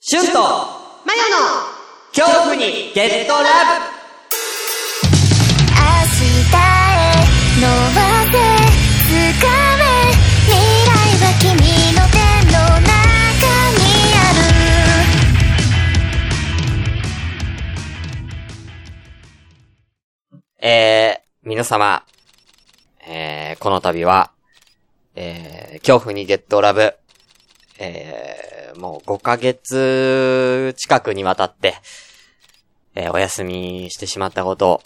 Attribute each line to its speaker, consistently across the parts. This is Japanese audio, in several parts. Speaker 1: シュンと
Speaker 2: マヨの
Speaker 1: 恐怖にゲットラブ
Speaker 3: 明日へ伸ばせ掴め未来は君の手の中にある
Speaker 1: えー、皆様、えー、この度は、えー、恐怖にゲットラブ、えー、もう5ヶ月近くにわたって、えー、お休みしてしまったことを、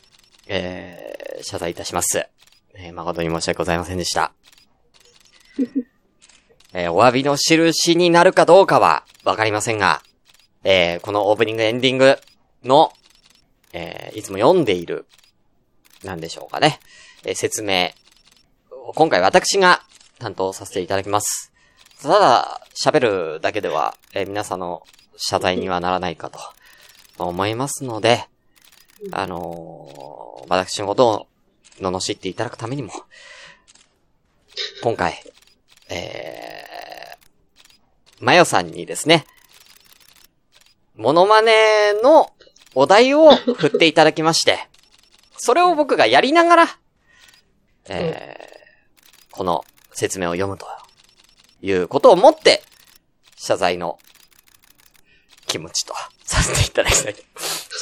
Speaker 1: えー、謝罪いたします。えー、誠に申し訳ございませんでした。えー、お詫びの印になるかどうかは、わかりませんが、えー、このオープニングエンディングの、えー、いつも読んでいるなんでしょうかね。えー説明。今回私が担当させていただきます。ただ、喋るだけでは、えー皆さんの謝罪にはならないかと、まあ思いますので、あのー私のことを罵っていただくためにも、今回、えー、まよさんにですね、モノマネのお題を振っていただきまして、それを僕がやりながら、えーこの説明を読むということをもって、謝罪の気持ちとさせていただきたい。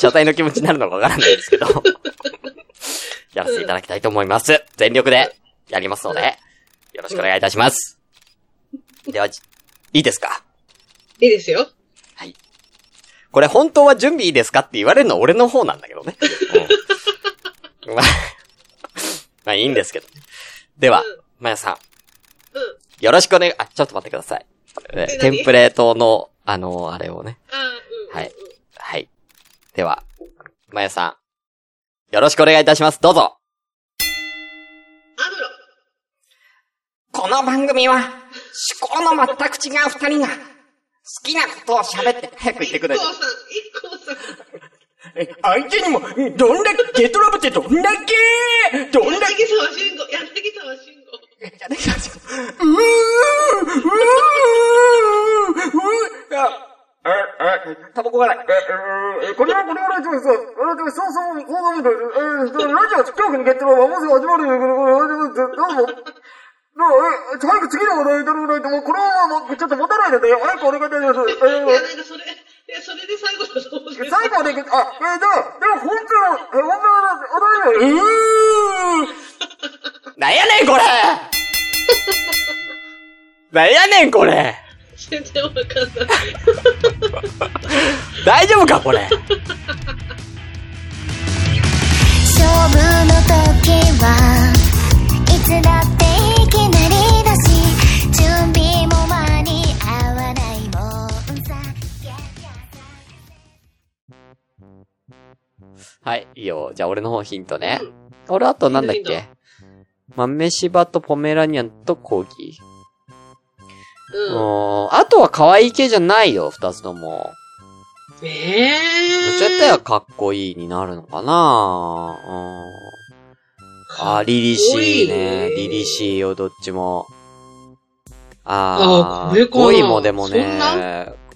Speaker 1: 謝罪の気持ちになるのかわからないですけど、やらせていただきたいと思います。全力でやりますので、よろしくお願いいたします。では、じいいですか
Speaker 2: いいですよ。
Speaker 1: これ本当は準備いいですかって言われるのは俺の方なんだけどね。うん、まあ、まあいいんですけど。では、まやさん。
Speaker 2: うん
Speaker 1: よろしくお願い、あ、ちょっと待ってください。え
Speaker 2: え何
Speaker 1: テンプレートの、あの、あれをね。
Speaker 2: あうん。
Speaker 1: はい。はい。では、まやさん。よろしくお願いいたします。どうぞ。
Speaker 2: アムロ。
Speaker 1: この番組は、思考の全く違う二人が、好きなことを喋って、早く言ってください。
Speaker 2: IKKO さん、IKKO さん。
Speaker 4: 相手にも、どんだけ、ゲトラブってどんだけどんだけ
Speaker 2: 柳沢慎吾、柳沢慎吾。
Speaker 4: うーうーうーうーあ、あ、あ、タバコがない。え、え、これは、これは、そうそう、そうそう、こういうこと、え、ラジオ、恐怖にゲットラブはもうすぐ始まるよ、どうも。どうも、早く次の話題いただかないと、もうこれはもう、ちょっと持たないので、早くお願いいたします。
Speaker 2: いや、なんかそれ、いや、それで最後だと思うけど。
Speaker 4: 最後で、あ、えー、でも、でも、本当は、え、本当は、お題は、うー
Speaker 1: なんやねんこ れなんやねんこれ
Speaker 2: 全然わかんない。
Speaker 1: 大丈夫かこれ
Speaker 3: 勝負の時はいつだっていきなりだし準備も間に合わないもんさ
Speaker 1: はい、いいよ。じゃあ俺の方ヒントね。俺あとなんだっ
Speaker 2: ヒントヒ
Speaker 1: け豆柴とポメラニアンとコーギー。う
Speaker 2: う
Speaker 1: ーん。あとは可愛い系じゃないよ、二つとも。
Speaker 2: ん。
Speaker 1: ど
Speaker 2: えぇー。
Speaker 1: っちやったらかっこいいになるのかなうん。あー、リリシーね。
Speaker 2: かっこいい
Speaker 1: リリシーよ、どっちも。あ
Speaker 2: あーこ
Speaker 1: ー、
Speaker 2: れかな
Speaker 1: 5位もでも
Speaker 2: そん
Speaker 1: ね、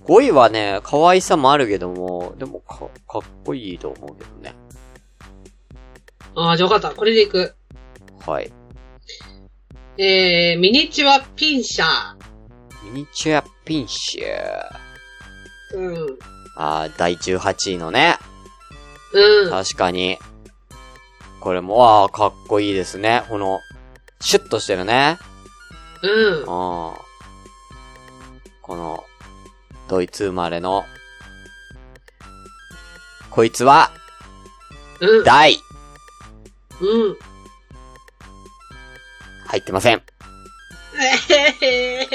Speaker 1: 5位はね、可愛さもあるけども、でもか、かっこいいと思うけどね。
Speaker 2: あー、じゃあわかった。これでいく。
Speaker 1: はい。
Speaker 2: えー、ミニチュアピンシャ
Speaker 1: ミニチュアピンシュー。
Speaker 2: ー。うん。
Speaker 1: あー、第18位のね。
Speaker 2: うん。
Speaker 1: 確かに。これも、わあ、かっこいいですね。この、シュッとしてるね。
Speaker 2: うん
Speaker 1: うん。。この、ドイツ生まれの、こいつは、
Speaker 2: うん。
Speaker 1: 第、
Speaker 2: うん。
Speaker 1: 入ってません。
Speaker 2: え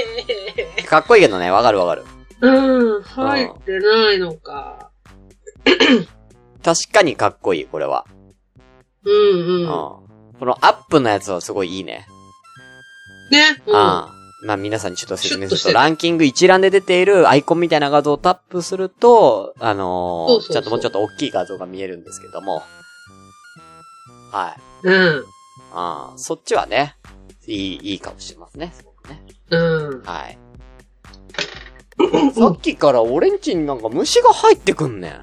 Speaker 2: ー。
Speaker 1: かっこいいけどね、わかるわかる。
Speaker 2: うん。入ってないのか。
Speaker 1: 確かにかっこいい、これは。
Speaker 2: うん
Speaker 1: う。
Speaker 2: うんん。
Speaker 1: このアップのやつはすごいいいね。
Speaker 2: ね。うん。
Speaker 1: ああまあ皆さんにちょっと説明
Speaker 2: シュッと
Speaker 1: す
Speaker 2: し
Speaker 1: ると、
Speaker 2: てる
Speaker 1: ランキング一覧で出ているアイコンみたいな画像をタップすると、あのー
Speaker 2: そうそうそう
Speaker 1: ちょっともうちょっと大きい画像が見えるんですけども。はい。
Speaker 2: うん。
Speaker 1: ああそっちはね、いい、いいかもしれますね。すごくね。
Speaker 2: うん。
Speaker 1: はい。さっきから俺んちになんか虫が入ってくんねん。
Speaker 2: え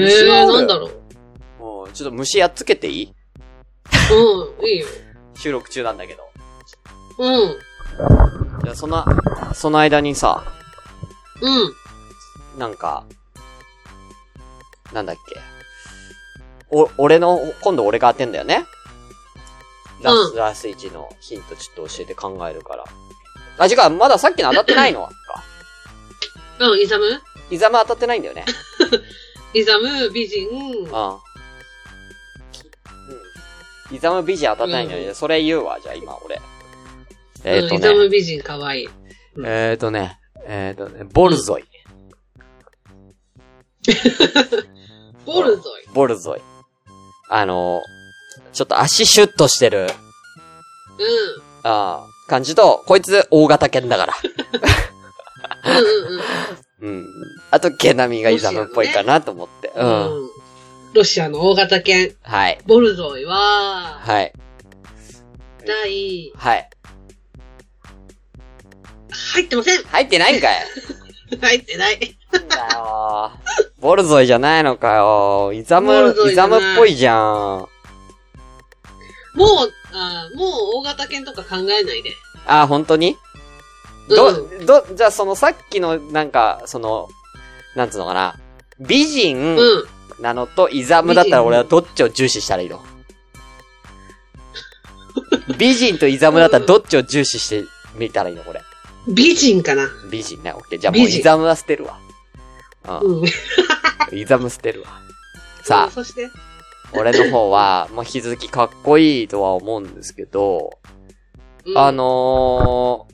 Speaker 1: 虫
Speaker 2: ー、
Speaker 1: がある
Speaker 2: なんだろう。
Speaker 1: おいちょっと虫やっつけていい
Speaker 2: うん、いいよ。
Speaker 1: 収録中なんだけど。
Speaker 2: うん、
Speaker 1: いや、その、その間にさ、
Speaker 2: うん。
Speaker 1: なんか、なんだっけ。お、俺の、今度俺が当てんだよね。ラス、
Speaker 2: うん
Speaker 1: ラス1のヒントちょっと教えて考えるから。あ、違う、まださっきの当たってないのか。
Speaker 2: うん、イザム
Speaker 1: イザム当たってないんだよね。
Speaker 2: イザム、美人。
Speaker 1: うん。うんイザム美人当たってないんだよね。それ言うわ、じゃあ今俺。えっ、
Speaker 2: うん、
Speaker 1: と
Speaker 2: イザム
Speaker 1: ね。
Speaker 2: 美人、かわいい。
Speaker 1: えっ、とね。えっ、とね、ボルゾイ。
Speaker 2: ボルゾイ。
Speaker 1: ボルゾイ。あの、ちょっと足シュッとしてる。
Speaker 2: う
Speaker 1: ああ、感じと、こいつ大型犬だ から。
Speaker 2: ん、うん、うん、うん。
Speaker 1: うん。あと、毛並みがイザムっぽいかなと思って。うん。
Speaker 2: うんロシアの大型犬、
Speaker 1: はい。
Speaker 2: ボルゾイは、
Speaker 1: はい。
Speaker 2: 第、
Speaker 1: はい。
Speaker 2: 入ってません
Speaker 1: 入ってないんかい
Speaker 2: 入ってない。
Speaker 1: なんだよーボルゾイじゃないのかよーイザム
Speaker 2: ボル、ゾ
Speaker 1: イ
Speaker 2: イじゃ
Speaker 1: ザム
Speaker 2: な
Speaker 1: っ
Speaker 2: い
Speaker 1: ぽいじゃん。
Speaker 2: もう、あーもう大型犬とか考えないで。
Speaker 1: あ、本当にど、ど、じゃあそのさっきの、なんか、その、なんつうのかな。美人
Speaker 2: うん。うん。
Speaker 1: なのとイザムだったら
Speaker 2: 美人
Speaker 1: 俺はどっちを重視したらいいの美人とイザムだったらどっちを重視してみたらいいのこれ。
Speaker 2: 美人かな。
Speaker 1: 美人ね、オッケー。じゃあもうイ
Speaker 2: 美人
Speaker 1: ザムは捨てるわ。うん。
Speaker 2: うん。
Speaker 1: イザム捨てるわ。さ
Speaker 2: そして、
Speaker 1: あ、俺の方は、もう引き続きかっこいいとは思うんですけど、
Speaker 2: うん
Speaker 1: あ、の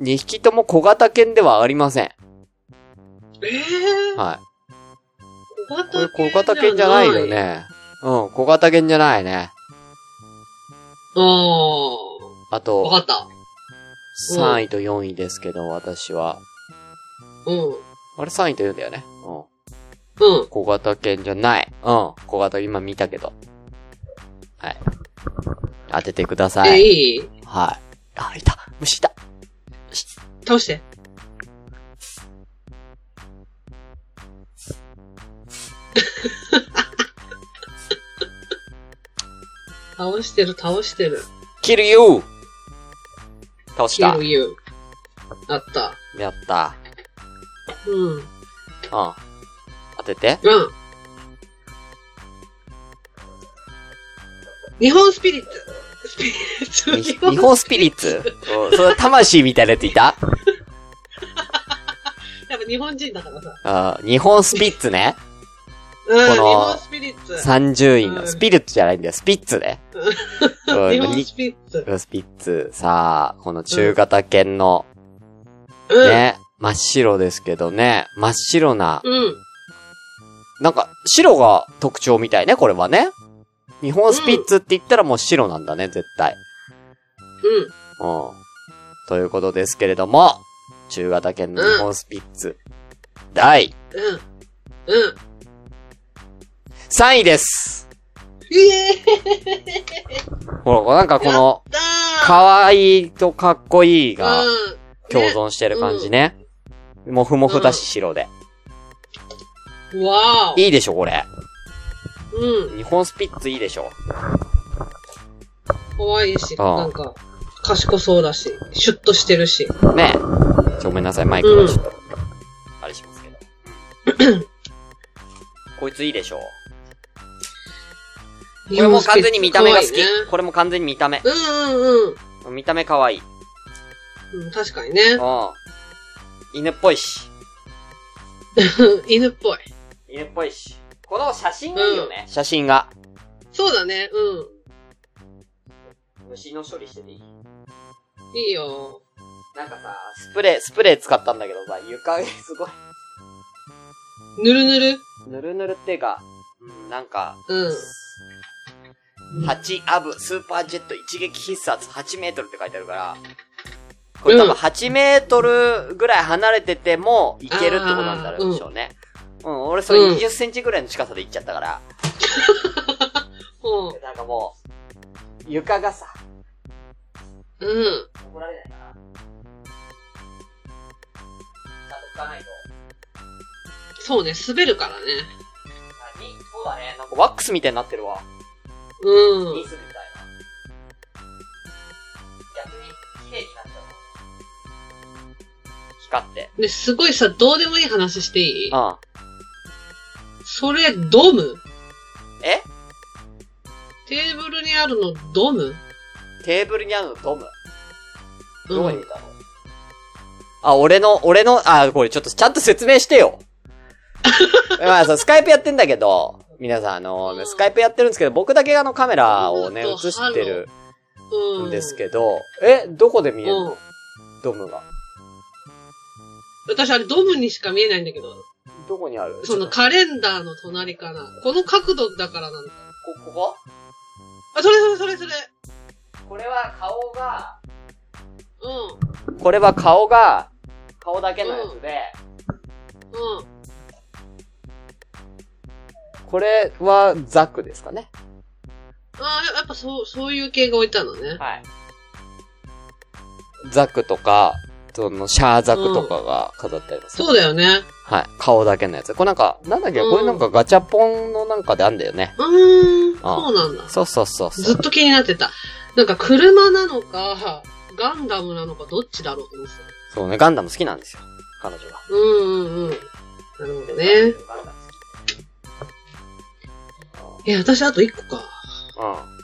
Speaker 1: ー、2匹とも小型犬ではありません。
Speaker 2: えー、
Speaker 1: はい。
Speaker 2: 小
Speaker 1: こ
Speaker 2: 型
Speaker 1: れ
Speaker 2: 犬。
Speaker 1: 小型犬じゃないよ。ね。うん、小型犬じゃないね。
Speaker 2: あー。
Speaker 1: あと、
Speaker 2: わかった。うん
Speaker 1: 3位と4位ですけど、私は。
Speaker 2: うん。
Speaker 1: あれ3位と4位だよね。うん。
Speaker 2: うん。
Speaker 1: 小型犬じゃない。うん。小型、今見たけど。はい。当ててくださ
Speaker 2: え、
Speaker 1: い。
Speaker 2: いい
Speaker 1: はい。あ、いた。虫いた。
Speaker 2: 倒して。 倒してる、倒してる。
Speaker 1: キルユー倒し
Speaker 2: キ
Speaker 1: た
Speaker 2: ル。ユー。あった。
Speaker 1: やった。
Speaker 2: うん。うん。
Speaker 1: うん。当て て。
Speaker 2: 日本スピリッツ。スピリッ
Speaker 1: に
Speaker 2: ツ。
Speaker 1: 日本スピリッツ。うん。その魂みたいなやついた
Speaker 2: やっぱ日本人だからさ。
Speaker 1: うん。日本スピッツね。
Speaker 2: うん、
Speaker 1: この
Speaker 2: 日本スピリッツ。
Speaker 1: 30位
Speaker 2: う
Speaker 1: の。
Speaker 2: ん
Speaker 1: スピリッツじゃないんだよ。スピッツね。うん
Speaker 2: 日本スピリッツ。
Speaker 1: スピッツ。さあ、この中型犬の、
Speaker 2: うん。
Speaker 1: ね、真っ白ですけどね、真っ白な、
Speaker 2: うん。
Speaker 1: なんか、白が特徴みたいね、これはね。日本スピッツって言ったらもう白なんだね、絶対。
Speaker 2: うん。
Speaker 1: うん。ということですけれども、中型犬の日本スピッツ、第
Speaker 2: うん。うん。
Speaker 1: 3位です。
Speaker 2: イエーイ
Speaker 1: ほら、なんかこの、
Speaker 2: だー
Speaker 1: 可愛いとかっこいいが
Speaker 2: うん
Speaker 1: 共存してる感じね。もふもふだし白で。
Speaker 2: ねわー
Speaker 1: いいでしょ、これ。
Speaker 2: お。うん。
Speaker 1: 日本スピッツいいでしょ。
Speaker 2: 可愛いし、
Speaker 1: あー
Speaker 2: なんか、賢そうだし、シュッとしてるし。
Speaker 1: ねえ。ちょ、ごめんなさい、マイクがちょっと、あれしますけど。 こいついいでしょう。これも完全に見た目が好き。
Speaker 2: 日本ス
Speaker 1: これも完全に見た目
Speaker 2: ピ。リッツ可愛いねうんうん
Speaker 1: 見た目可愛い。
Speaker 2: うんうん。確かにね
Speaker 1: う。ん。犬っぽいし。
Speaker 2: 犬っぽい。
Speaker 1: 犬っぽいし。この写真がいいよね。写真が。
Speaker 2: そうだね。う
Speaker 1: 虫の処理してていい
Speaker 2: ん。いいよ。
Speaker 1: なんかさ、スプレー、スプレー使ったんだけどさ、床すごい。
Speaker 2: ぬるぬる。
Speaker 1: ぬるぬるっていうか、うん、なんか、
Speaker 2: う
Speaker 1: 8アブ、スーパージェット一撃必殺8メートルって書いてあるから、これ多分
Speaker 2: うん
Speaker 1: 8メートルぐらい離れててもいけるってことなんだろうでしょうね。うん、俺それ
Speaker 2: うん
Speaker 1: 20センチぐらいの近さで行っちゃったから、
Speaker 2: ん。
Speaker 1: なんかもう、床がさ、
Speaker 2: うん。うん。
Speaker 1: 怒られないかな。使わないと。
Speaker 2: そうね、滑るからね。
Speaker 1: 何そうだね。なんかワックスみたいになってるわ。
Speaker 2: う
Speaker 1: ニ
Speaker 2: ん。
Speaker 1: スみたいな。逆に綺麗になっちゃうの。光って。
Speaker 2: で、すごいさ、どうでもいい話していい
Speaker 1: うん。
Speaker 2: それ、ドム
Speaker 1: え
Speaker 2: テーブルにあるのドム
Speaker 1: テーブルにあるのドム。ど
Speaker 2: う
Speaker 1: こにい
Speaker 2: ん。
Speaker 1: たの、あ、俺の、俺の、あ、これちょっとちゃんと説明してよ。 まあ、そう、スカイプやってんだけど、皆さん、あの、
Speaker 2: うん
Speaker 1: スカイプやってるんですけど、僕だけあのカメラをね、
Speaker 2: うん
Speaker 1: 映してる
Speaker 2: うんん。
Speaker 1: ですけど、え、どこで見えるの、
Speaker 2: うん。
Speaker 1: ドムが。
Speaker 2: 私、あれ、ドムにしか見えないんだけど。
Speaker 1: どこにある
Speaker 2: そ
Speaker 1: ちょ
Speaker 2: の
Speaker 1: っ
Speaker 2: カレンダーの隣かな。この角度だからなのか。
Speaker 1: とこ、こ
Speaker 2: あ、それそれそれそれ。
Speaker 1: ここれは顔が、
Speaker 2: う
Speaker 1: これは顔が、顔だけのやつで、
Speaker 2: ん。うん。
Speaker 1: これはザクですかね。
Speaker 2: ああ、やっぱそう、そういう系が置いたのね。
Speaker 1: はい。ザクとか、その、シャーザクとかが飾ってあります、
Speaker 2: そうだよね。
Speaker 1: はい。顔だけのやつ。これなんか、なんだっけ、
Speaker 2: うん
Speaker 1: これなんかガチャポンのなんかであんだよね。
Speaker 2: うーん。
Speaker 1: あ
Speaker 2: そうなんだ。
Speaker 1: そうそうそうそ
Speaker 2: ずっ
Speaker 1: う。
Speaker 2: と気になってた。なんか車なのか、ガンダムなのかどっちだろうと思ってた。
Speaker 1: そうね、ガンダム好きなんですよ。彼女が。
Speaker 2: うんうんうん。なるほどね。
Speaker 1: ガンダム好き
Speaker 2: いや、私あと一個か。
Speaker 1: うん。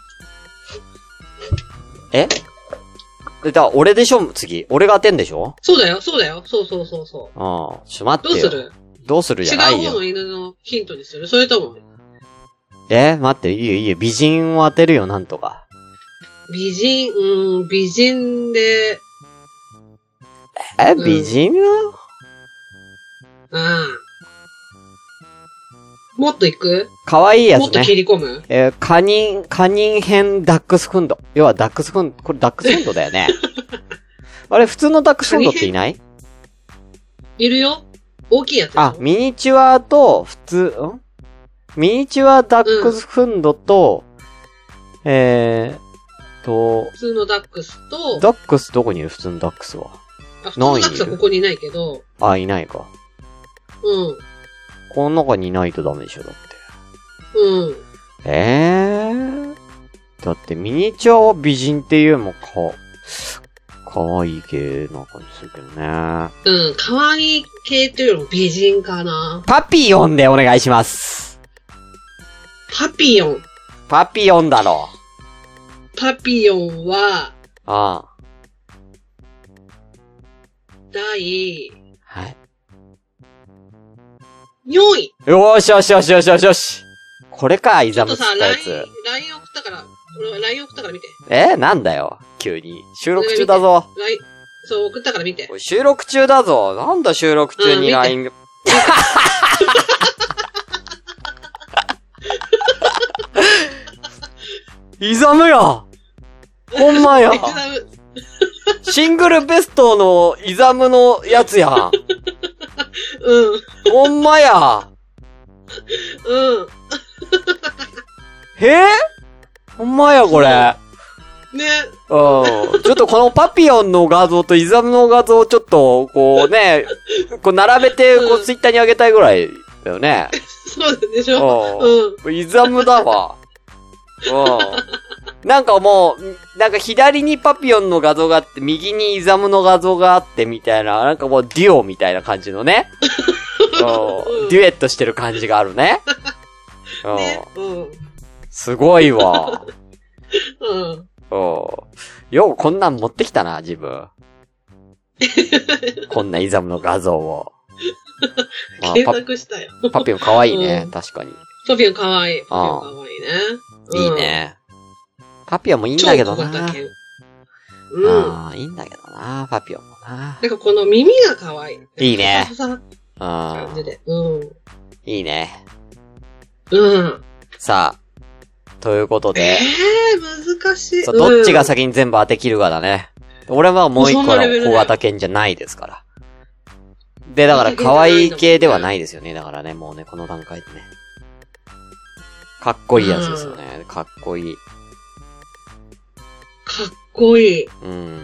Speaker 1: ええだから俺でしょ次。俺が当てんでしょ
Speaker 2: そうだよ、そうだよ。そうそうそうそ
Speaker 1: うん。ちょっと待
Speaker 2: う。
Speaker 1: っ
Speaker 2: どう
Speaker 1: て
Speaker 2: す
Speaker 1: よ。
Speaker 2: る
Speaker 1: どうする
Speaker 2: 違
Speaker 1: じゃないよ
Speaker 2: う方。の犬のヒントにするそれとも、
Speaker 1: え待って、いいよいいよ。美人を当てるよ、なんとか。
Speaker 2: 美人、うん、美人で、
Speaker 1: え
Speaker 2: うん
Speaker 1: 美人は
Speaker 2: うん。もっと行く
Speaker 1: 可愛いや
Speaker 2: もっ
Speaker 1: つ
Speaker 2: と
Speaker 1: ね。
Speaker 2: 切り込む
Speaker 1: えーカニン、カニン編ダックスフンド。要はダックスフンド、これダックスフンドだよね。あれ、普通のダックスフンドっていない
Speaker 2: いるよ大きいやつ。
Speaker 1: あ、ミニチュアと、普通、んミニチュアダックスフンドと、えーと、
Speaker 2: 普通のダックスと、
Speaker 1: ダックスどこにいる普通のダックスは。
Speaker 2: あ普通のダックス
Speaker 1: 何
Speaker 2: はい
Speaker 1: る
Speaker 2: ここにいないけど、
Speaker 1: あ、いないか。
Speaker 2: うん、
Speaker 1: この中にいないとダメでしょ、だって。
Speaker 2: うん。
Speaker 1: えー、だってミニチュアは美人っていうよりもか、可愛い系な感じするけどね。
Speaker 2: うん、可愛い系というよりも美人かな。
Speaker 1: パピヨンでお願いします。
Speaker 2: パピヨン。
Speaker 1: パピヨンだろ。
Speaker 2: パピヨンは、
Speaker 1: ああ。
Speaker 2: 第
Speaker 1: はい。
Speaker 2: 4位。
Speaker 1: よーしよしよしよしよしよし。これか、イ
Speaker 2: ちょ
Speaker 1: ザム
Speaker 2: っと
Speaker 1: ス
Speaker 2: さ
Speaker 1: っ、たや
Speaker 2: LINE
Speaker 1: つ。、
Speaker 2: LINE 送ったから、これ LINE 送ったから見て。
Speaker 1: えーなんだよ。急に。収録中だぞ。
Speaker 2: LINE、そう、送ったから見て。
Speaker 1: おい収録中だぞ。なんだ収録中
Speaker 2: う
Speaker 1: に
Speaker 2: ん見て
Speaker 1: LINE が。イザムやほんまや
Speaker 2: エクザム
Speaker 1: シングルベストのイザムのやつやん。
Speaker 2: うん、
Speaker 1: ほんまや
Speaker 2: う
Speaker 1: へえほんまや、これ。
Speaker 2: ん。ね、
Speaker 1: うん。ちょっとこのパピヨンの画像とイザムの画像をちょっと、こう ね、こう並べて、こ
Speaker 2: う
Speaker 1: う、
Speaker 2: ん
Speaker 1: ツイッターに上げたいぐらいだよね。
Speaker 2: そうでしょ
Speaker 1: う
Speaker 2: うん。
Speaker 1: ん。イザムだわ。うん。なんかもう、なんか左にパピヨンの画像があって、右にイザムの画像があってみたいな、なんかもうデュオみたいな感じのね。 うん。デュエットしてる感じがあるね。うん。
Speaker 2: ね、うん、
Speaker 1: すごいわ。
Speaker 2: うん。
Speaker 1: おうようこんなん持ってきたな、自 分。こんなイザムの画像 を。まあ
Speaker 2: 検索したよ。
Speaker 1: パパピオン可愛いね、
Speaker 2: うん
Speaker 1: 確かに。
Speaker 2: パピヨン可愛い。パピヨン可愛いね。うん
Speaker 1: いい。ね。パピオンもいいん
Speaker 2: 超
Speaker 1: だけど
Speaker 2: 小
Speaker 1: な。
Speaker 2: 型犬。うん。
Speaker 1: ああ、いいんだけどな、パピオンもな。
Speaker 2: なんかこの耳が可愛い。
Speaker 1: いいね
Speaker 2: ふさふさって感
Speaker 1: う
Speaker 2: じ
Speaker 1: ん。
Speaker 2: で。うん。
Speaker 1: いいね。
Speaker 2: うん。
Speaker 1: さあ、ということで、
Speaker 2: えー、難しい。
Speaker 1: そうどっちが
Speaker 2: うん
Speaker 1: 先に全部当てきるかだね。俺はもう一個
Speaker 2: も
Speaker 1: の
Speaker 2: うそんなレベルだよ
Speaker 1: 小型犬じゃないですから。で、だから可愛い系ではないですよね。だからね、もうね、この段階でね。かっこいいやつですよね。かっこいい。
Speaker 2: かっこいい。
Speaker 1: うん。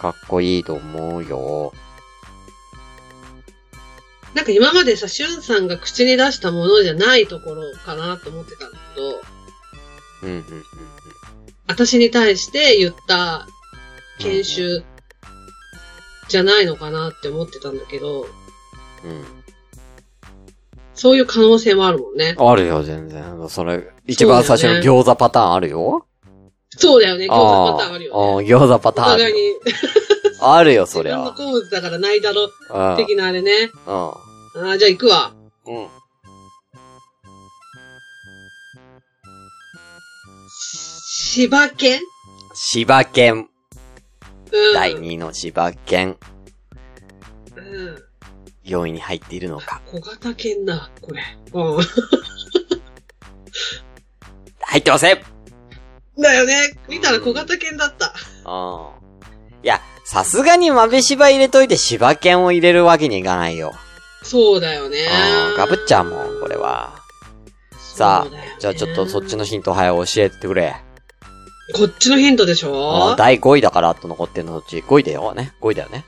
Speaker 1: かっこいいと思うよ。
Speaker 2: なんか今までさ、しゅんさんが口に出したものじゃないところかなと思ってたんだけど、
Speaker 1: うん、うん、うん。
Speaker 2: 私に対して言った研修じゃないのかなって思ってたんだけど、
Speaker 1: うん。
Speaker 2: そういう可能性もあるもんね。
Speaker 1: あるよ、全然。それ、一番最初の餃子パターンあるよ。
Speaker 2: そうだよね、餃子パターンあるよね。
Speaker 1: ね。餃子パ
Speaker 2: お
Speaker 1: ターンあ
Speaker 2: 互い
Speaker 1: る。
Speaker 2: に、
Speaker 1: あるよ、そ
Speaker 2: 自
Speaker 1: り
Speaker 2: 分の
Speaker 1: ゃ。
Speaker 2: 好物だからないだろ、
Speaker 1: うん。
Speaker 2: 的なあれね。
Speaker 1: うん。
Speaker 2: あーじゃあ行くわ。
Speaker 1: うん。
Speaker 2: 柴犬
Speaker 1: 柴犬。
Speaker 2: うん。
Speaker 1: 第2の柴犬。
Speaker 2: うん。
Speaker 1: 4位に入っているのか。
Speaker 2: 小型犬だ、これ。う
Speaker 1: 入ってませんうん。
Speaker 2: ん。だよね。見たら小型犬だった。
Speaker 1: いや、さすがに豆柴入れといて柴犬を入れるわけにいかないよ。
Speaker 2: そうだよね
Speaker 1: うん。。かぶっちゃうもん、これは。さ
Speaker 2: そうだよね
Speaker 1: あ、じゃあちょっとそっちのヒント早教えてくれ。
Speaker 2: こっちのヒントでし
Speaker 1: うん
Speaker 2: ょ
Speaker 1: 第5位だから、あと残ってるのそっち。5位だよね。5位だよね。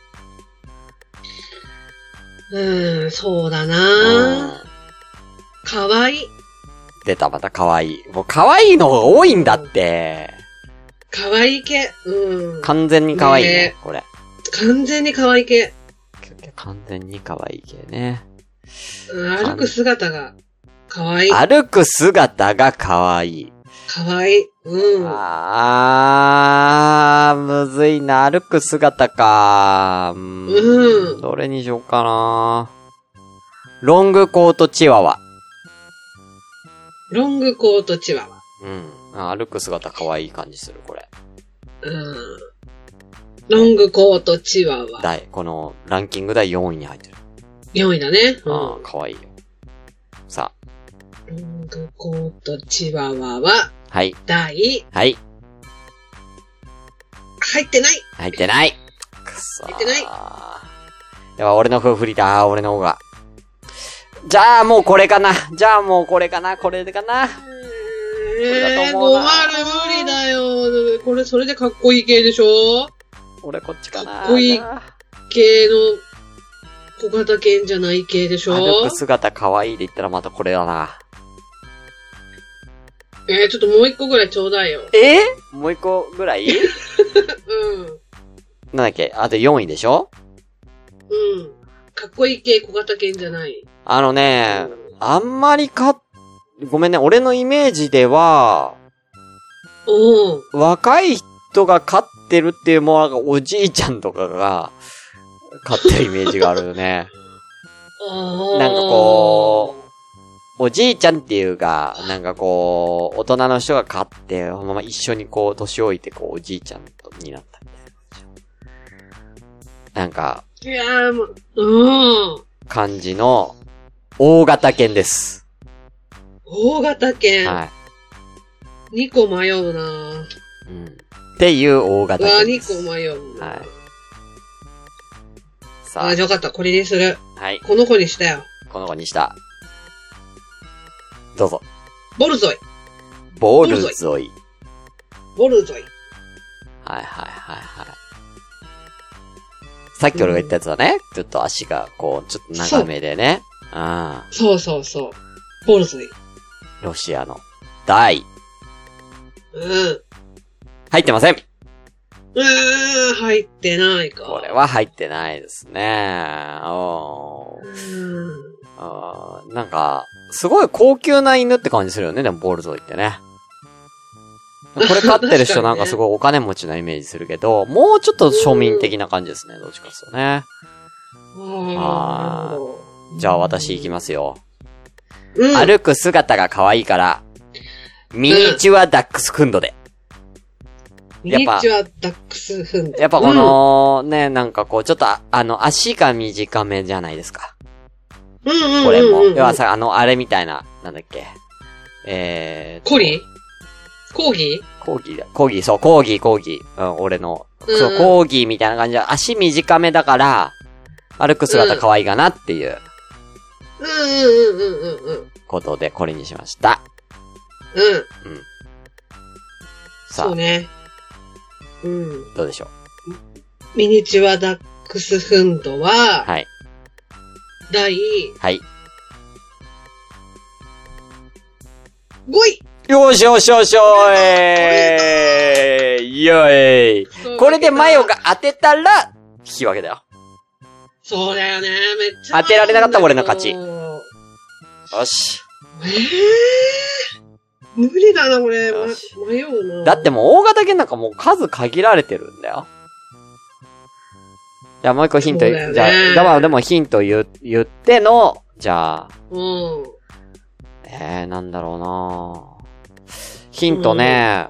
Speaker 2: うん、そうだ
Speaker 1: うん
Speaker 2: な。かわいい。
Speaker 1: 出た、また可愛い。もう可愛いのが多いんだって。
Speaker 2: かわいい系。うん。
Speaker 1: 完全に可愛いね、
Speaker 2: ね
Speaker 1: これ。
Speaker 2: 完全にかわいい系。
Speaker 1: 完全に可愛い系ね。
Speaker 2: うん歩く姿が、かわいい。
Speaker 1: 歩く姿が可愛い。
Speaker 2: かわいい。うん。
Speaker 1: あー、むずいな。歩く姿か。うー
Speaker 2: うん
Speaker 1: ん。どれにしようかな。ロングコートチワワ。
Speaker 2: ロングコートチワワ。
Speaker 1: うん。あ歩く姿可愛い感じする、これ。
Speaker 2: うん。ロングコートチワワ。
Speaker 1: 第、この、ランキング第4位に入ってる。
Speaker 2: 4位だね。うん。
Speaker 1: あー、可愛いよ。さ
Speaker 2: ロングコートチワワは、
Speaker 1: あ、はい、
Speaker 2: 第、
Speaker 1: はい。
Speaker 2: 入ってない
Speaker 1: 入ってないくそー。
Speaker 2: 入ってない
Speaker 1: やばい、俺の風振りだ。あー俺の方が。じゃあ、もうこれかな。じゃあ、もうこれかな。これかな。れだ
Speaker 2: え
Speaker 1: と
Speaker 2: ー、
Speaker 1: 思う
Speaker 2: 5
Speaker 1: な
Speaker 2: 丸無理だよ。これ、それでかっこいい系でしょ
Speaker 1: 俺こっちかな。
Speaker 2: かっこいい
Speaker 1: じゃあ
Speaker 2: 系の、小型犬じゃない系でしょ
Speaker 1: 歩く姿可愛いで言ったらまたこれだな。
Speaker 2: えー、ちょっともう一個ぐらいちょうだいよ。
Speaker 1: えもう一個ぐらい
Speaker 2: うん。
Speaker 1: なんだっけあと4位でしょ
Speaker 2: うん。かっこいい系小型犬じゃない。
Speaker 1: あのね、あんまりか、ごめんね、俺のイメージでは、
Speaker 2: おー。
Speaker 1: 若い人が飼ってるっていうもうなんかおじいちゃんとかが飼ってるイメージがあるよね。
Speaker 2: あー
Speaker 1: なんかこおじいちゃんっていうか、なんかこう、大人の人が飼って、ほんま一緒にこう、年老いてこう、おじいちゃんになったみたいな感じ。なんか、
Speaker 2: いやーもう、うん。
Speaker 1: 感じの、大型犬です。
Speaker 2: 大型犬。
Speaker 1: はい。
Speaker 2: 二個迷うな
Speaker 1: うん。っていう大
Speaker 2: ぁ。
Speaker 1: 型
Speaker 2: わあ、
Speaker 1: 犬
Speaker 2: 二
Speaker 1: で
Speaker 2: 個
Speaker 1: す。
Speaker 2: 迷うな。
Speaker 1: はい。
Speaker 2: あ
Speaker 1: さ
Speaker 2: あ、じゃあよかった。これにする。
Speaker 1: あ、はい。
Speaker 2: この子にしたよ。
Speaker 1: この子にした。どうぞ。
Speaker 2: ボルゾイ。
Speaker 1: ボールゾイ。
Speaker 2: ボルゾイ。
Speaker 1: はいはいはいはい。さっき俺が言ったやつだね。ちょっと足がこう、ちょっと長めでね。ああ、
Speaker 2: そうそうそう。ボルゾイ。
Speaker 1: ロシアの。第。
Speaker 2: うん。
Speaker 1: 入ってません
Speaker 2: うーん、入ってないか。
Speaker 1: これ。は入ってないですね。お
Speaker 2: うーん。
Speaker 1: あーなんか、すごい高級な犬って感じするよね、でもボールゾイってね。これ飼ってる
Speaker 2: 確かに
Speaker 1: 人
Speaker 2: ね
Speaker 1: なんかすごいお金持ちなイメージするけど、もうちょっと庶民的な感じですね、どっちかっすよね。
Speaker 2: あーなるほど
Speaker 1: じゃあ私行きますよ。
Speaker 2: うん。
Speaker 1: 歩く姿が可愛いから、ミニチュアダックスフンドで。
Speaker 2: ミ
Speaker 1: やっ
Speaker 2: ニ
Speaker 1: ぱ
Speaker 2: チュアダックスフンド。
Speaker 1: やっぱこの、ね、なんかこう、ちょっとあ、あの、足が短めじゃないですか。
Speaker 2: うん、うんうんうんうん
Speaker 1: これも。要はさ、あの、あれみたいな、なんだっけ。えーと、
Speaker 2: コリコーギ
Speaker 1: コーギーだ。コーギー、そう、コーギー、コーギー。うん、俺の。
Speaker 2: うん
Speaker 1: そう、コーギーみたいな感じで、足短めだから、歩く姿可愛いかなっていう
Speaker 2: うんうんうんうんうんうん。
Speaker 1: ことで、これにしました。
Speaker 2: うん。
Speaker 1: さ
Speaker 2: そ
Speaker 1: あ、
Speaker 2: うね。うん。
Speaker 1: どうでしょう
Speaker 2: ミニチュアダックスフンドは、
Speaker 1: はい。
Speaker 2: 第
Speaker 1: はい。
Speaker 2: 5位
Speaker 1: よしよしよしよーえーいよえいこれでマヨが当てたら、引き分けだよ。
Speaker 2: そうだよね、めっちゃ。
Speaker 1: 当てられなかったら俺の勝ち
Speaker 2: えー、
Speaker 1: よし。
Speaker 2: 無理だな、これ。ま
Speaker 1: よし
Speaker 2: 迷うな。
Speaker 1: だってもう大型犬なんかもう数限られてるんだよ。じゃあもう一個ヒント、
Speaker 2: そうだよね
Speaker 1: じゃあ、だからでもヒント言う言っての、じゃあ、
Speaker 2: うん。
Speaker 1: えー、なんだろうなヒントね、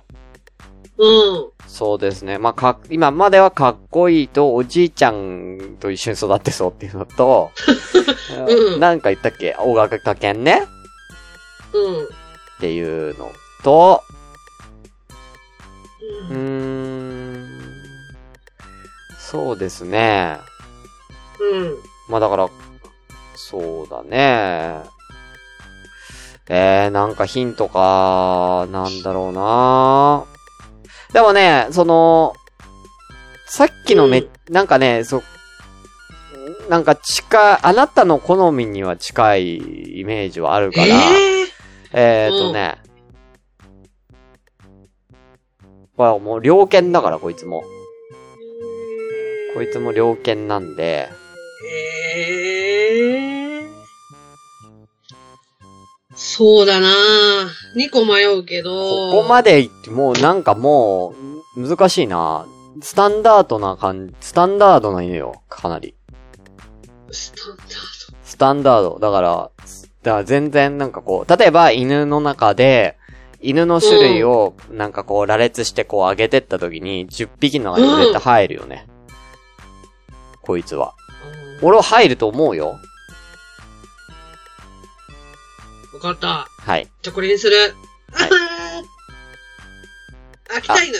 Speaker 2: うん。
Speaker 1: そうですね。まあ、かっ、今まではかっこいいとおじいちゃんと一緒に育ってそうっていうのと、
Speaker 2: うん
Speaker 1: なんか言ったっけ大型犬ね
Speaker 2: うん。
Speaker 1: っていうのと、うー
Speaker 2: うん
Speaker 1: ん、そうですね。
Speaker 2: うん。
Speaker 1: まあだから、そうだね。えー、なんかヒントか、なんだろうな。でもね、その、さっきのめ、
Speaker 2: うん
Speaker 1: なんかね、そ、なんか近い、あなたの好みには近いイメージはあるから、え
Speaker 2: え
Speaker 1: ー、とね、ほら、もう猟犬だから、こいつも。
Speaker 2: ー、
Speaker 1: こいつも猟犬なんで、
Speaker 2: えー、そうだな2個迷うけど。
Speaker 1: ここまでいって、もうなんかもう、難しいな。スタンダードな感じ、スタンダードな犬よ、かなり。
Speaker 2: スタンダー
Speaker 1: スタンダード。だから、だから全然なんかこう、例えば犬の中で、犬の種類をなんかこう羅列してこう上げてった時に、10匹の中に絶対入るよね。こいつは。
Speaker 2: ド。
Speaker 1: 俺は入ると思うよ。
Speaker 2: わかった。
Speaker 1: はい。
Speaker 2: じゃ、これにする。
Speaker 1: は
Speaker 2: あ
Speaker 1: い
Speaker 2: ー秋田犬。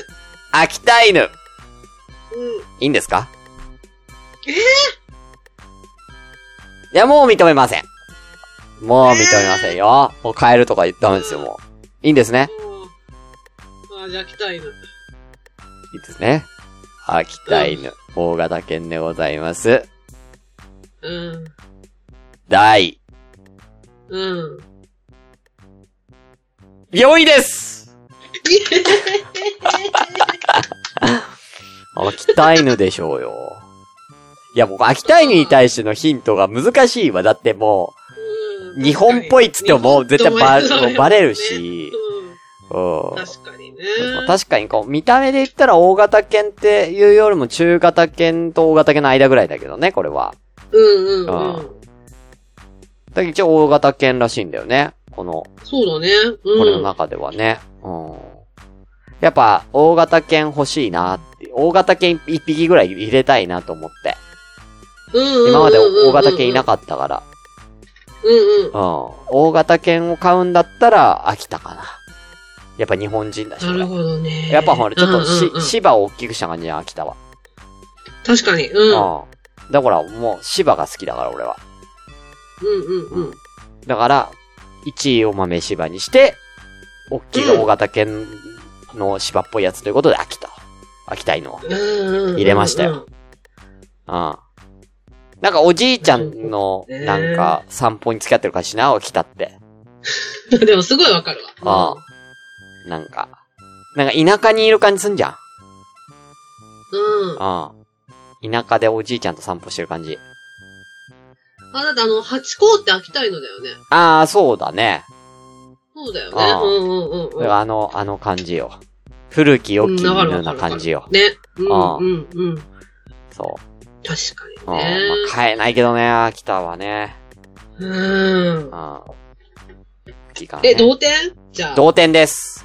Speaker 1: 秋田犬
Speaker 2: うん。
Speaker 1: いいんですか
Speaker 2: えー
Speaker 1: いや、もう認めません。もう認めませんよ。もう変えるとか言ったんですよ、もう。いいんですね
Speaker 2: あーあー、じゃあ秋田犬。
Speaker 1: いいですね。秋田犬、大型犬でございます。
Speaker 2: うん。
Speaker 1: 第
Speaker 2: うん。
Speaker 1: 4位 です秋田犬でしょうよ。いや、僕、秋田犬に対してのヒントが難しいわ。だってもう、日本っぽいっつってももう絶対バもうバレるし。う
Speaker 2: うんん。。確かにね。
Speaker 1: まあ確かにこう、見た目で言ったら大型犬っていうよりも中型犬と大型犬の間ぐらいだけどね、これは。
Speaker 2: うんうんう
Speaker 1: あ
Speaker 2: ん。
Speaker 1: だけど一応大型犬らしいんだよね。この、
Speaker 2: そうだね。
Speaker 1: これの
Speaker 2: うん。
Speaker 1: 中ではね。うん。やっぱ、大型犬欲しいなって。大型犬一匹ぐらい入れたいなと思って。今
Speaker 2: 今
Speaker 1: まで大型犬いなかったから。
Speaker 2: うんうん
Speaker 1: う。ん。大型犬を買うんだったら、秋田かな。やっぱ日本人だし。
Speaker 2: なる
Speaker 1: 俺
Speaker 2: ほどね。
Speaker 1: やっぱほら、ちょっと
Speaker 2: うんうんうん
Speaker 1: し、芝を大きくした感じじゃん、秋田は。
Speaker 2: 確かに。うん。うん
Speaker 1: うん。だから、もう、芝が好きだから、俺は。
Speaker 2: うんうん。
Speaker 1: だから、1位を豆芝にして、おっきい大型犬の芝っぽいやつということで、秋田。秋田犬を。
Speaker 2: うんうん。
Speaker 1: 入れましたよ。うん。なんか、おじいちゃんの、
Speaker 2: ね
Speaker 1: なんか、散歩に付き合ってる感じしな、秋田って。
Speaker 2: でもすごいわかるわ。
Speaker 1: うん。なんか、なんか、田舎にいる感じすんじゃん。
Speaker 2: うん。
Speaker 1: うん。田舎でおじいちゃんと散歩してる感じ。
Speaker 2: あ、だってあの、ハチ公って秋田犬だよね。
Speaker 1: あー、そうだね。
Speaker 2: そうだよ
Speaker 1: ああ
Speaker 2: ね。うんうんうんうん。
Speaker 1: あの、あの感じよ。古き良き犬な感じよ。
Speaker 2: ね。うん
Speaker 1: ああ
Speaker 2: うんうん。
Speaker 1: そう。
Speaker 2: 確か
Speaker 1: うん
Speaker 2: にね。
Speaker 1: まあ、買えないけどね、秋田はね。
Speaker 2: うん
Speaker 1: う。ん。期間、ね。
Speaker 2: え、同点じゃあ。
Speaker 1: 同点です。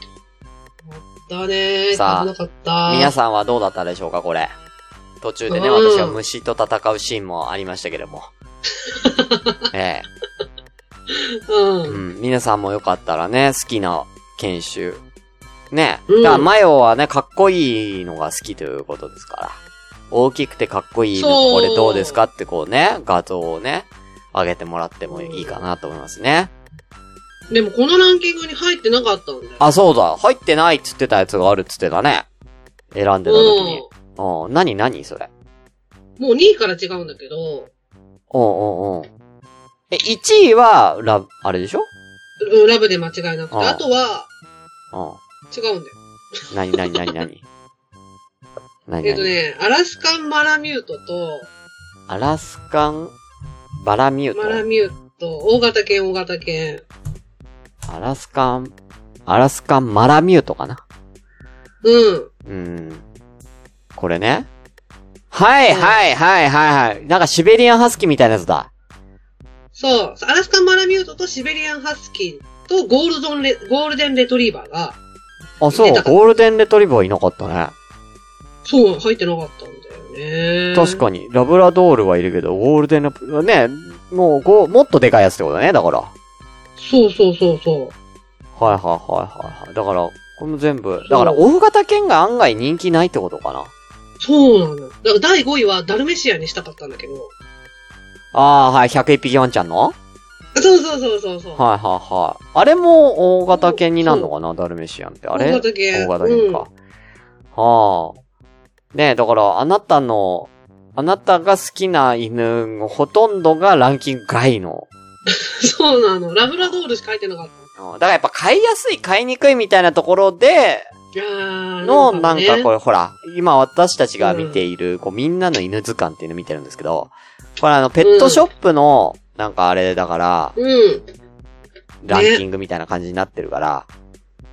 Speaker 2: だねー。
Speaker 1: さあ
Speaker 2: 危なかった。
Speaker 1: 皆さんはどうだったでしょうか、これ。途中でね、
Speaker 2: うん
Speaker 1: 私は虫と戦うシーンもありましたけれど も。ええ。
Speaker 2: う。
Speaker 1: うんん。皆さんもよかったらね、好きな研修。ね。
Speaker 2: うん
Speaker 1: だから、マヨはね、かっこいいのが好きということですから。大きくてかっこいい犬、
Speaker 2: そう
Speaker 1: これどうですかってこうね、画像をね、上げてもらってもいいかなと思いますね。
Speaker 2: でもこのランキングに入ってなかったんだよ。
Speaker 1: あ、そうだ。入ってないっつってたやつがあるっつってたね。選んでた時に。うん。何何それ。
Speaker 2: うん。もう2位から違うんだけど、
Speaker 1: うんうんうん。え、1位は、ラブ、あれでしょ
Speaker 2: うんラブで間違いなくて。
Speaker 1: ああ
Speaker 2: あとは、
Speaker 1: う
Speaker 2: 違うんだよ。
Speaker 1: ん。なになになになになに
Speaker 2: えっ
Speaker 1: な
Speaker 2: と
Speaker 1: に
Speaker 2: ね、アラスカンマラミュートと、
Speaker 1: アラスカン、バラミュ
Speaker 2: マラ
Speaker 1: ー
Speaker 2: ミュート、大型犬、大型犬。
Speaker 1: ト。アラスカン、アラスカンマラミュートかな。
Speaker 2: うん。
Speaker 1: うん。これね。はいはいはいはいはい。なんかシベリアンハスキーみたいなやつだ。
Speaker 2: そう。アラスカンマラミュートとシベリアンハスキーとゴールドンレ、ゴールデンレトリーバーが、
Speaker 1: あ、そ
Speaker 2: 出
Speaker 1: う、
Speaker 2: たか
Speaker 1: ゴールデンレトリバーいなかったね。
Speaker 2: そう、入ってなかったんだよね。
Speaker 1: 確かに、ラブラドールはいるけど、ゴールデンレトリバー、ね、もう、ご、もっとでかいやつってことね、だから。
Speaker 2: そうそうそうそう。
Speaker 1: はいはいはいはいはい。だから、これも全部、だから、大型犬が案外人気ないってことかな。
Speaker 2: そうなのよ。だから第5位はダルメシアにしたかったんだけど。
Speaker 1: ああ、はい、101匹ワンちゃんのはい
Speaker 2: そうそうそうそうそう。
Speaker 1: はいはい。あれも大型犬になるのかな、ダルメシアンって。あれ
Speaker 2: 大型犬
Speaker 1: 大型犬か。はあ。ねえ、だから、あなたの、あなたが好きな犬のほとんどがランキング外の。
Speaker 2: そうなの。ラブラドールしか入ってなかった。
Speaker 1: うんだからやっぱ買いやすい、買いにくいみたいなところで、
Speaker 2: いやー
Speaker 1: の、なんかこ
Speaker 2: れ。
Speaker 1: れ、ほら、今私たちが見ている、こう、みんなの犬図鑑っていうの見てるんですけど、これあの、ペットショップの、なんかあれだから、
Speaker 2: うん。
Speaker 1: ランキングみたいな感じになってるから、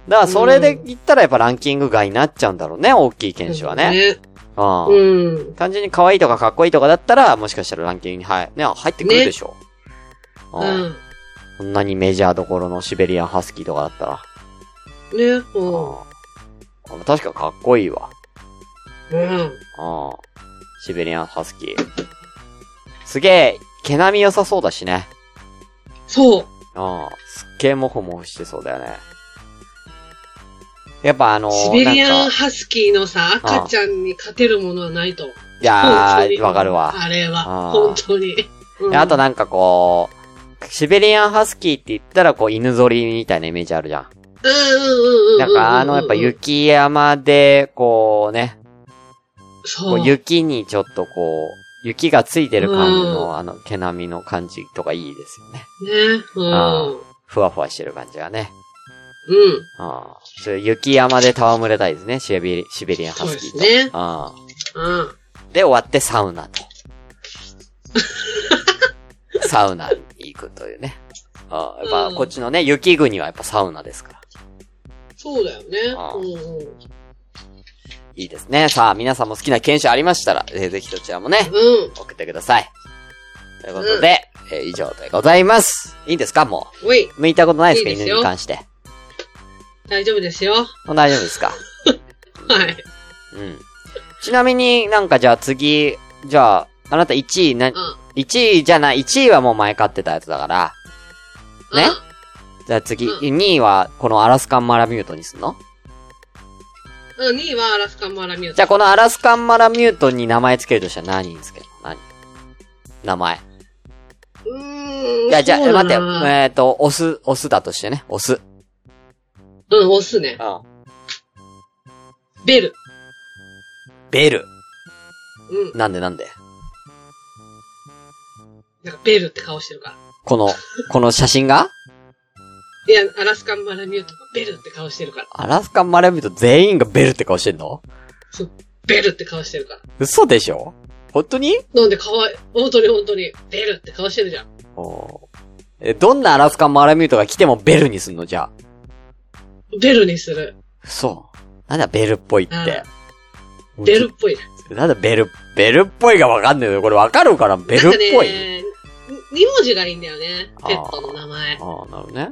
Speaker 1: だからそれで言ったらやっぱランキング外になっちゃうんだろうね、大きい犬種はね。
Speaker 2: う
Speaker 1: うん。
Speaker 2: ん。うん。
Speaker 1: 単純に可愛いとかかっこいいとかだったら、もしかしたらランキングに入、ね、入ってくるでしょ。う。
Speaker 2: うんん。
Speaker 1: こんなにメジャーどころのシベリアンハスキーとかだったら。
Speaker 2: ね。うん。
Speaker 1: うん。確かかっこいいわ。
Speaker 2: うん。
Speaker 1: うん。シベリアンハスキー。すげえ、毛並み良さそうだしね。
Speaker 2: そ
Speaker 1: う
Speaker 2: う。
Speaker 1: ん。すっげえモフモフしてそうだよね。やっぱあのー、
Speaker 2: シベリア
Speaker 1: なん
Speaker 2: ン
Speaker 1: か、
Speaker 2: ハスキーのさ、
Speaker 1: ああ
Speaker 2: 赤ちゃんに勝てるものはないと。
Speaker 1: いや
Speaker 2: 本当に
Speaker 1: ー、わかるわ。
Speaker 2: あれ
Speaker 1: ああ
Speaker 2: は、本 当に。うん
Speaker 1: あと、なんかこう、シベリアンハスキーって言ったらこう犬ぞりみたいなイメージあるじゃん。
Speaker 2: うんうんうんうん。
Speaker 1: なんかあのやっぱ。雪山でこうね、
Speaker 2: そ
Speaker 1: こ
Speaker 2: う。
Speaker 1: う雪にちょっとこう、雪がついてる感じ
Speaker 2: う
Speaker 1: のあの毛並みの感じとかいいですよね。
Speaker 2: ね。う
Speaker 1: ああ
Speaker 2: ん。
Speaker 1: ふわふわしてる感じがね。
Speaker 2: うん。
Speaker 1: ああ、そういう雪山で戯れたいですね、シベリ、シベリアンハスキーと。
Speaker 2: そうですね
Speaker 1: あ
Speaker 2: うん。
Speaker 1: あで、終わってサ ウナと。サウナに行くというね。ああ、やっ
Speaker 2: う
Speaker 1: ぱ、
Speaker 2: ん
Speaker 1: こっちのね、雪国はやっぱサウナですから。
Speaker 2: そうだよね。
Speaker 1: ああ
Speaker 2: うんうん。
Speaker 1: いいですね。さあ、皆さんも好きな犬種ありましたら、えーぜひどちらもね、
Speaker 2: うん。
Speaker 1: 送ってください。ということで、えー以上でございます。いいんですかも
Speaker 2: おい、
Speaker 1: う。向いたことないですか
Speaker 2: いいですよ
Speaker 1: 犬に関して。
Speaker 2: 大丈夫ですよ。は
Speaker 1: もう大丈夫ですか
Speaker 2: い。
Speaker 1: うん。ちなみになんかじゃあ次、じゃあ、あなた1位な、
Speaker 2: うん。
Speaker 1: 1位じゃない、1位はもう前買ってたやつだから。ねじゃあ次、
Speaker 2: う
Speaker 1: 2位はこのアラスカンマラミュートにすんの
Speaker 2: うん。2位はアラスカンマラミュート。
Speaker 1: じゃあこのアラスカンマラミュートに名前つけるとしたら何につけるの何名前。
Speaker 2: うー
Speaker 1: い
Speaker 2: ん。
Speaker 1: や、じゃあ、
Speaker 2: そうだ
Speaker 1: 待って、え
Speaker 2: な
Speaker 1: っ、と、オス、オスだとしてね、オス。
Speaker 2: うん、押すね。
Speaker 1: ん。
Speaker 2: ベル。
Speaker 1: ベル。
Speaker 2: うん。
Speaker 1: なんでなんで
Speaker 2: なんかベルって顔してるから。
Speaker 1: この、この写真が
Speaker 2: いや、アラスカンマラミュートがベルって顔してるから。
Speaker 1: アラスカンマラミュート全員がベルって顔してんの
Speaker 2: そう。ベルって顔してるから。
Speaker 1: 嘘でしょ本当に
Speaker 2: なんで可愛い。本当に本当に。ベルって顔してるじゃん。
Speaker 1: おーえ、どんなアラスカンマラミュートが来てもベルにすんのじゃあ。
Speaker 2: ベルにする。
Speaker 1: 嘘。なんだベルっぽいって。
Speaker 2: ベルっぽいね。
Speaker 1: なんだベル、ベルっぽいがわかんないよ。これわかるからベルっぽい。
Speaker 2: なんかねに二文字がいいんだよね。
Speaker 1: あー
Speaker 2: ペットの名前。
Speaker 1: ああ、なるほどね。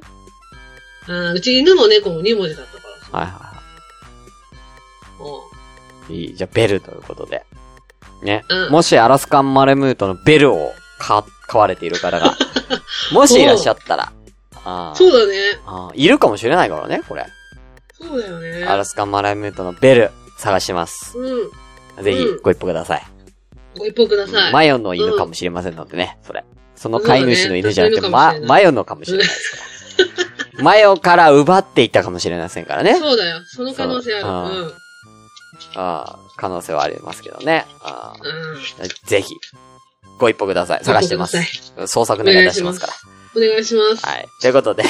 Speaker 2: うん。うち犬も猫も二文字だったからさ。
Speaker 1: はいはいは
Speaker 2: うん
Speaker 1: い。いい。じゃあベルということで。ね。
Speaker 2: うん
Speaker 1: もしアラスカンマラミュートのベルをか、買われている方 が、もしいらっしゃったら、あー
Speaker 2: そうだね。
Speaker 1: あー、いるかもしれないからね、これ。
Speaker 2: そうだよね。
Speaker 1: アラスカンマラミュートのベル、探してます。
Speaker 2: うん。
Speaker 1: ぜひ、ご一歩ください。
Speaker 2: ご一報ください。
Speaker 1: マヨの犬かもしれませんのでね、それ。その飼い主の犬じゃなくて、
Speaker 2: そう
Speaker 1: ま
Speaker 2: だね、
Speaker 1: マヨのかもしれないです から。マヨから奪っていったかもしれませんからね。
Speaker 2: そうだよ。その可能性ある。。
Speaker 1: そううんああ可能性はありますけどね。あ
Speaker 2: う
Speaker 1: あ
Speaker 2: ん。
Speaker 1: ぜひ、ご一歩ください。探してます
Speaker 2: ご一。
Speaker 1: 創作願いいたしますから。
Speaker 2: お願いします。
Speaker 1: はい。ということで、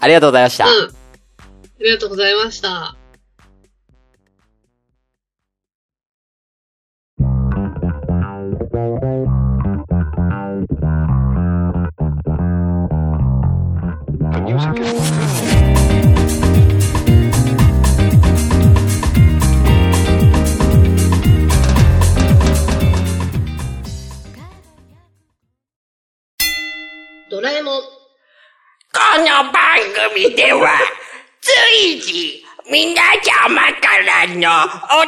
Speaker 1: ありがとうございました。
Speaker 2: うん。ありがとうございました。ドラえも
Speaker 5: こ
Speaker 2: ん。
Speaker 5: の番組では、随時、皆様からのお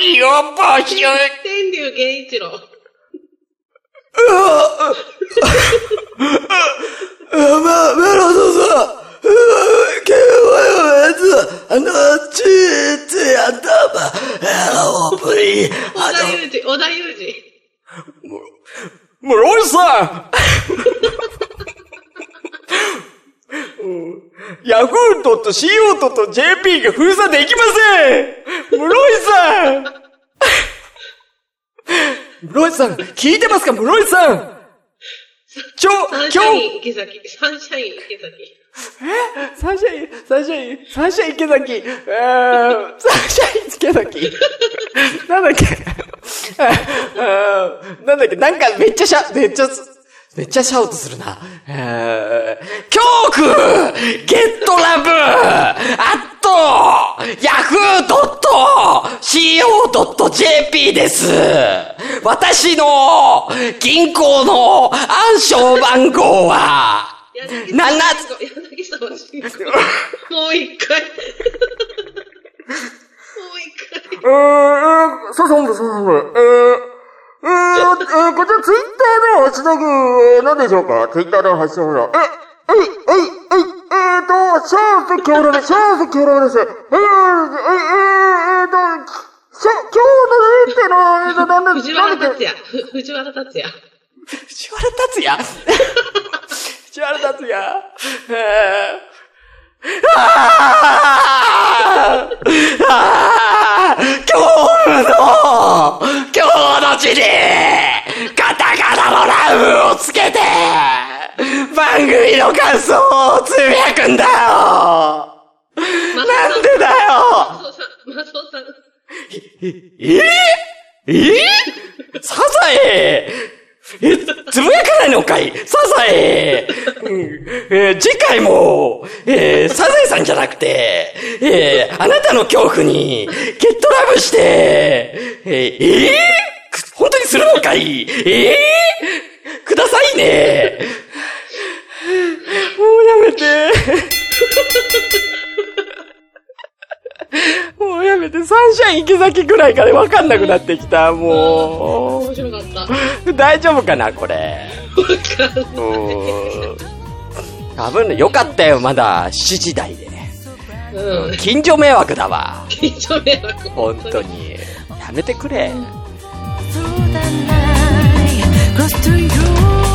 Speaker 5: 便りを募集。
Speaker 2: 天竜源一郎。小田裕二、小田裕二。
Speaker 4: 室井さんヤフードと CO ドと JP が封鎖できません室井さん室井さん、聞いてますか室井さんちょ、
Speaker 2: サンシ
Speaker 4: 今
Speaker 2: ャ
Speaker 4: 日、
Speaker 2: イン池崎。サンシャイン池崎。
Speaker 4: サンシャイン、サンシャイン、サンシャイン池崎、えー、サンシャイン池崎、なんだっけ、あーなんだっけ、なんかめっちゃシャ、めっちゃ、めっちゃシャウトするな。えー、教区ゲットラブアットヤフードット CO.jp です私の銀行の暗証番号は、
Speaker 2: 柳
Speaker 4: なな
Speaker 2: 沢慎吾柳沢慎吾。もう一 回。もう一回。
Speaker 4: えー、えー、そうそう、そうそう、えー、えー、えー、こちらツイッターのハッシュタグ、えー何でしょうかツイッターのハッシュタグの、え、えい、えい、えい、えーと、シャーズキョロです、シャーズキョロです、えー、えー、えー、えーと、しゃ、今日のねってのは、えーと、なんで、
Speaker 2: 藤原
Speaker 4: なんだっけ
Speaker 2: 達也。ふ藤原達也。
Speaker 4: 藤原達 也藤原達也えーあーあー今日の今日の字にカタカナのラウンをつけて番組の感想をつぶやくんだよ
Speaker 2: マス
Speaker 4: なんでだよ
Speaker 2: オさん。マスオさん。
Speaker 4: えええサザエえ、つぶやかないのかいサザエ、うんえー次回も、えーサザエさんじゃなくて、えーあなたの恐怖に、ゲットラブして、えーえー本当にするのかいええくださいねもうやめて。もうやめて、サンシャイン池崎ぐらいからわかんなくなってきた、もう。
Speaker 2: 面白かった。わ
Speaker 4: 大丈夫かなこれ。
Speaker 2: かん
Speaker 4: う
Speaker 2: ない。
Speaker 4: ーん多分ね、よかったよ、まだ7時台で。
Speaker 2: うん。
Speaker 4: 近所迷惑だわ。
Speaker 2: 緊張迷惑。
Speaker 4: 本当。に。やめてくれ。
Speaker 3: そうだない Close to you